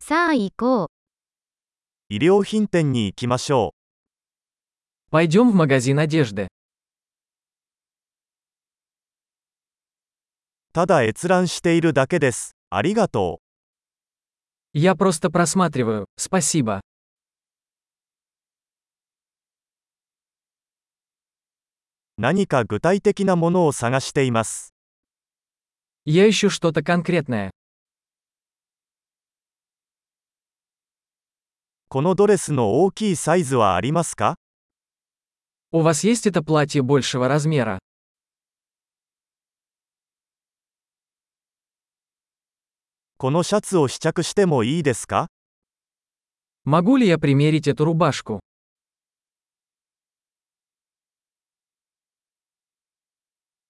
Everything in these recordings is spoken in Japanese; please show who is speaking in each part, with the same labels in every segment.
Speaker 1: さあ行こう。
Speaker 2: 衣料品店に行きましょ
Speaker 3: Пойдем в магазин одежды.
Speaker 2: う。ただ閲覧しているだけです。ありがと
Speaker 3: Я просто просматриваю, спасибо.
Speaker 2: う。何か具体的なものを探しています。
Speaker 3: Я ищу что-то конкретное.
Speaker 2: このドレスの大きいサイズはありますか
Speaker 3: У вас есть это платье большего размера?
Speaker 2: このシャツを試着してもいいですか
Speaker 3: Могу ли я примерить эту рубашку?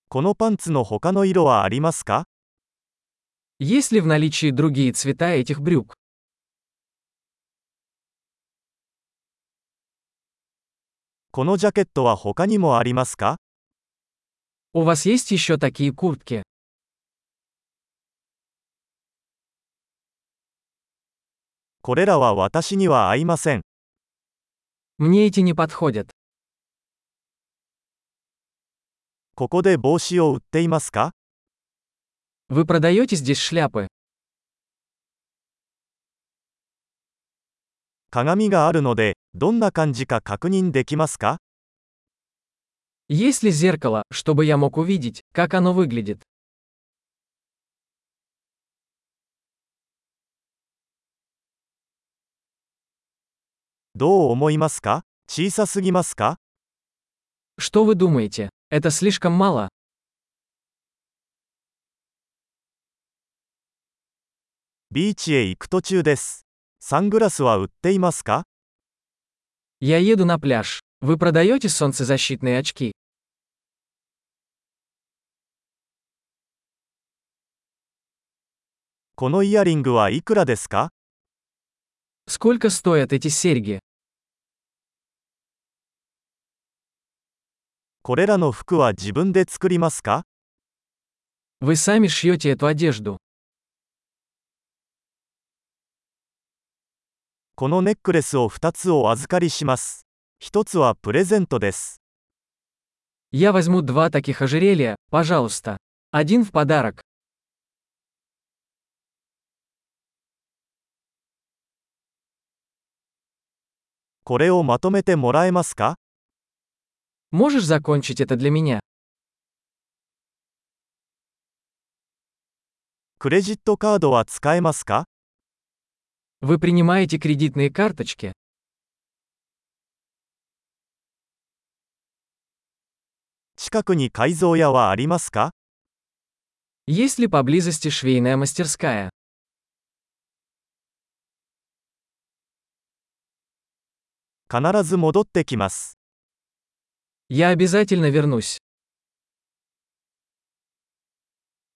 Speaker 2: このパンツの他の色はありますか
Speaker 3: Есть ли в наличии другие цвета этих брюк?
Speaker 2: このジャケットは他にもありますか
Speaker 3: У вас есть еще такие куртки?
Speaker 2: これらは私には合いません。
Speaker 3: Мне эти не подходят.
Speaker 2: ここで帽子を売っていますか
Speaker 3: Вы продаете здесь шляпы?
Speaker 2: 鏡があるので、どんな感じか確認できますか
Speaker 3: Есть ли зеркало, чтобы я мог увидеть, как оно выглядит?
Speaker 2: どう思いますか小さすぎますか
Speaker 3: Что вы думаете? Это слишком мало?
Speaker 2: ビーチへ行く途中です。サングラスは売っていますか
Speaker 3: Я еду на пляж. Вы продаете солнцезащитные очки?
Speaker 2: このイヤリングはいくらですか
Speaker 3: Сколько стоят эти серьги?
Speaker 2: これらの服は自分で作りますか
Speaker 3: Вы сами шьете эту одежду.
Speaker 2: このネックレスを2つお預かりします。1つはプレゼントです。
Speaker 3: Я возьму два таких ожерелья, пожалуйста. Один в подарок.
Speaker 2: これをまとめてもらえますか
Speaker 3: Можешь закончить это для меня?
Speaker 2: クレジットカードは使えますか
Speaker 3: Вы принимаете кредитные карточки?
Speaker 2: 近くに改造屋はありますか
Speaker 3: Есть ли поблизости швейная мастерская?
Speaker 2: 必ず戻ってきます。
Speaker 3: Я обязательно вернусь.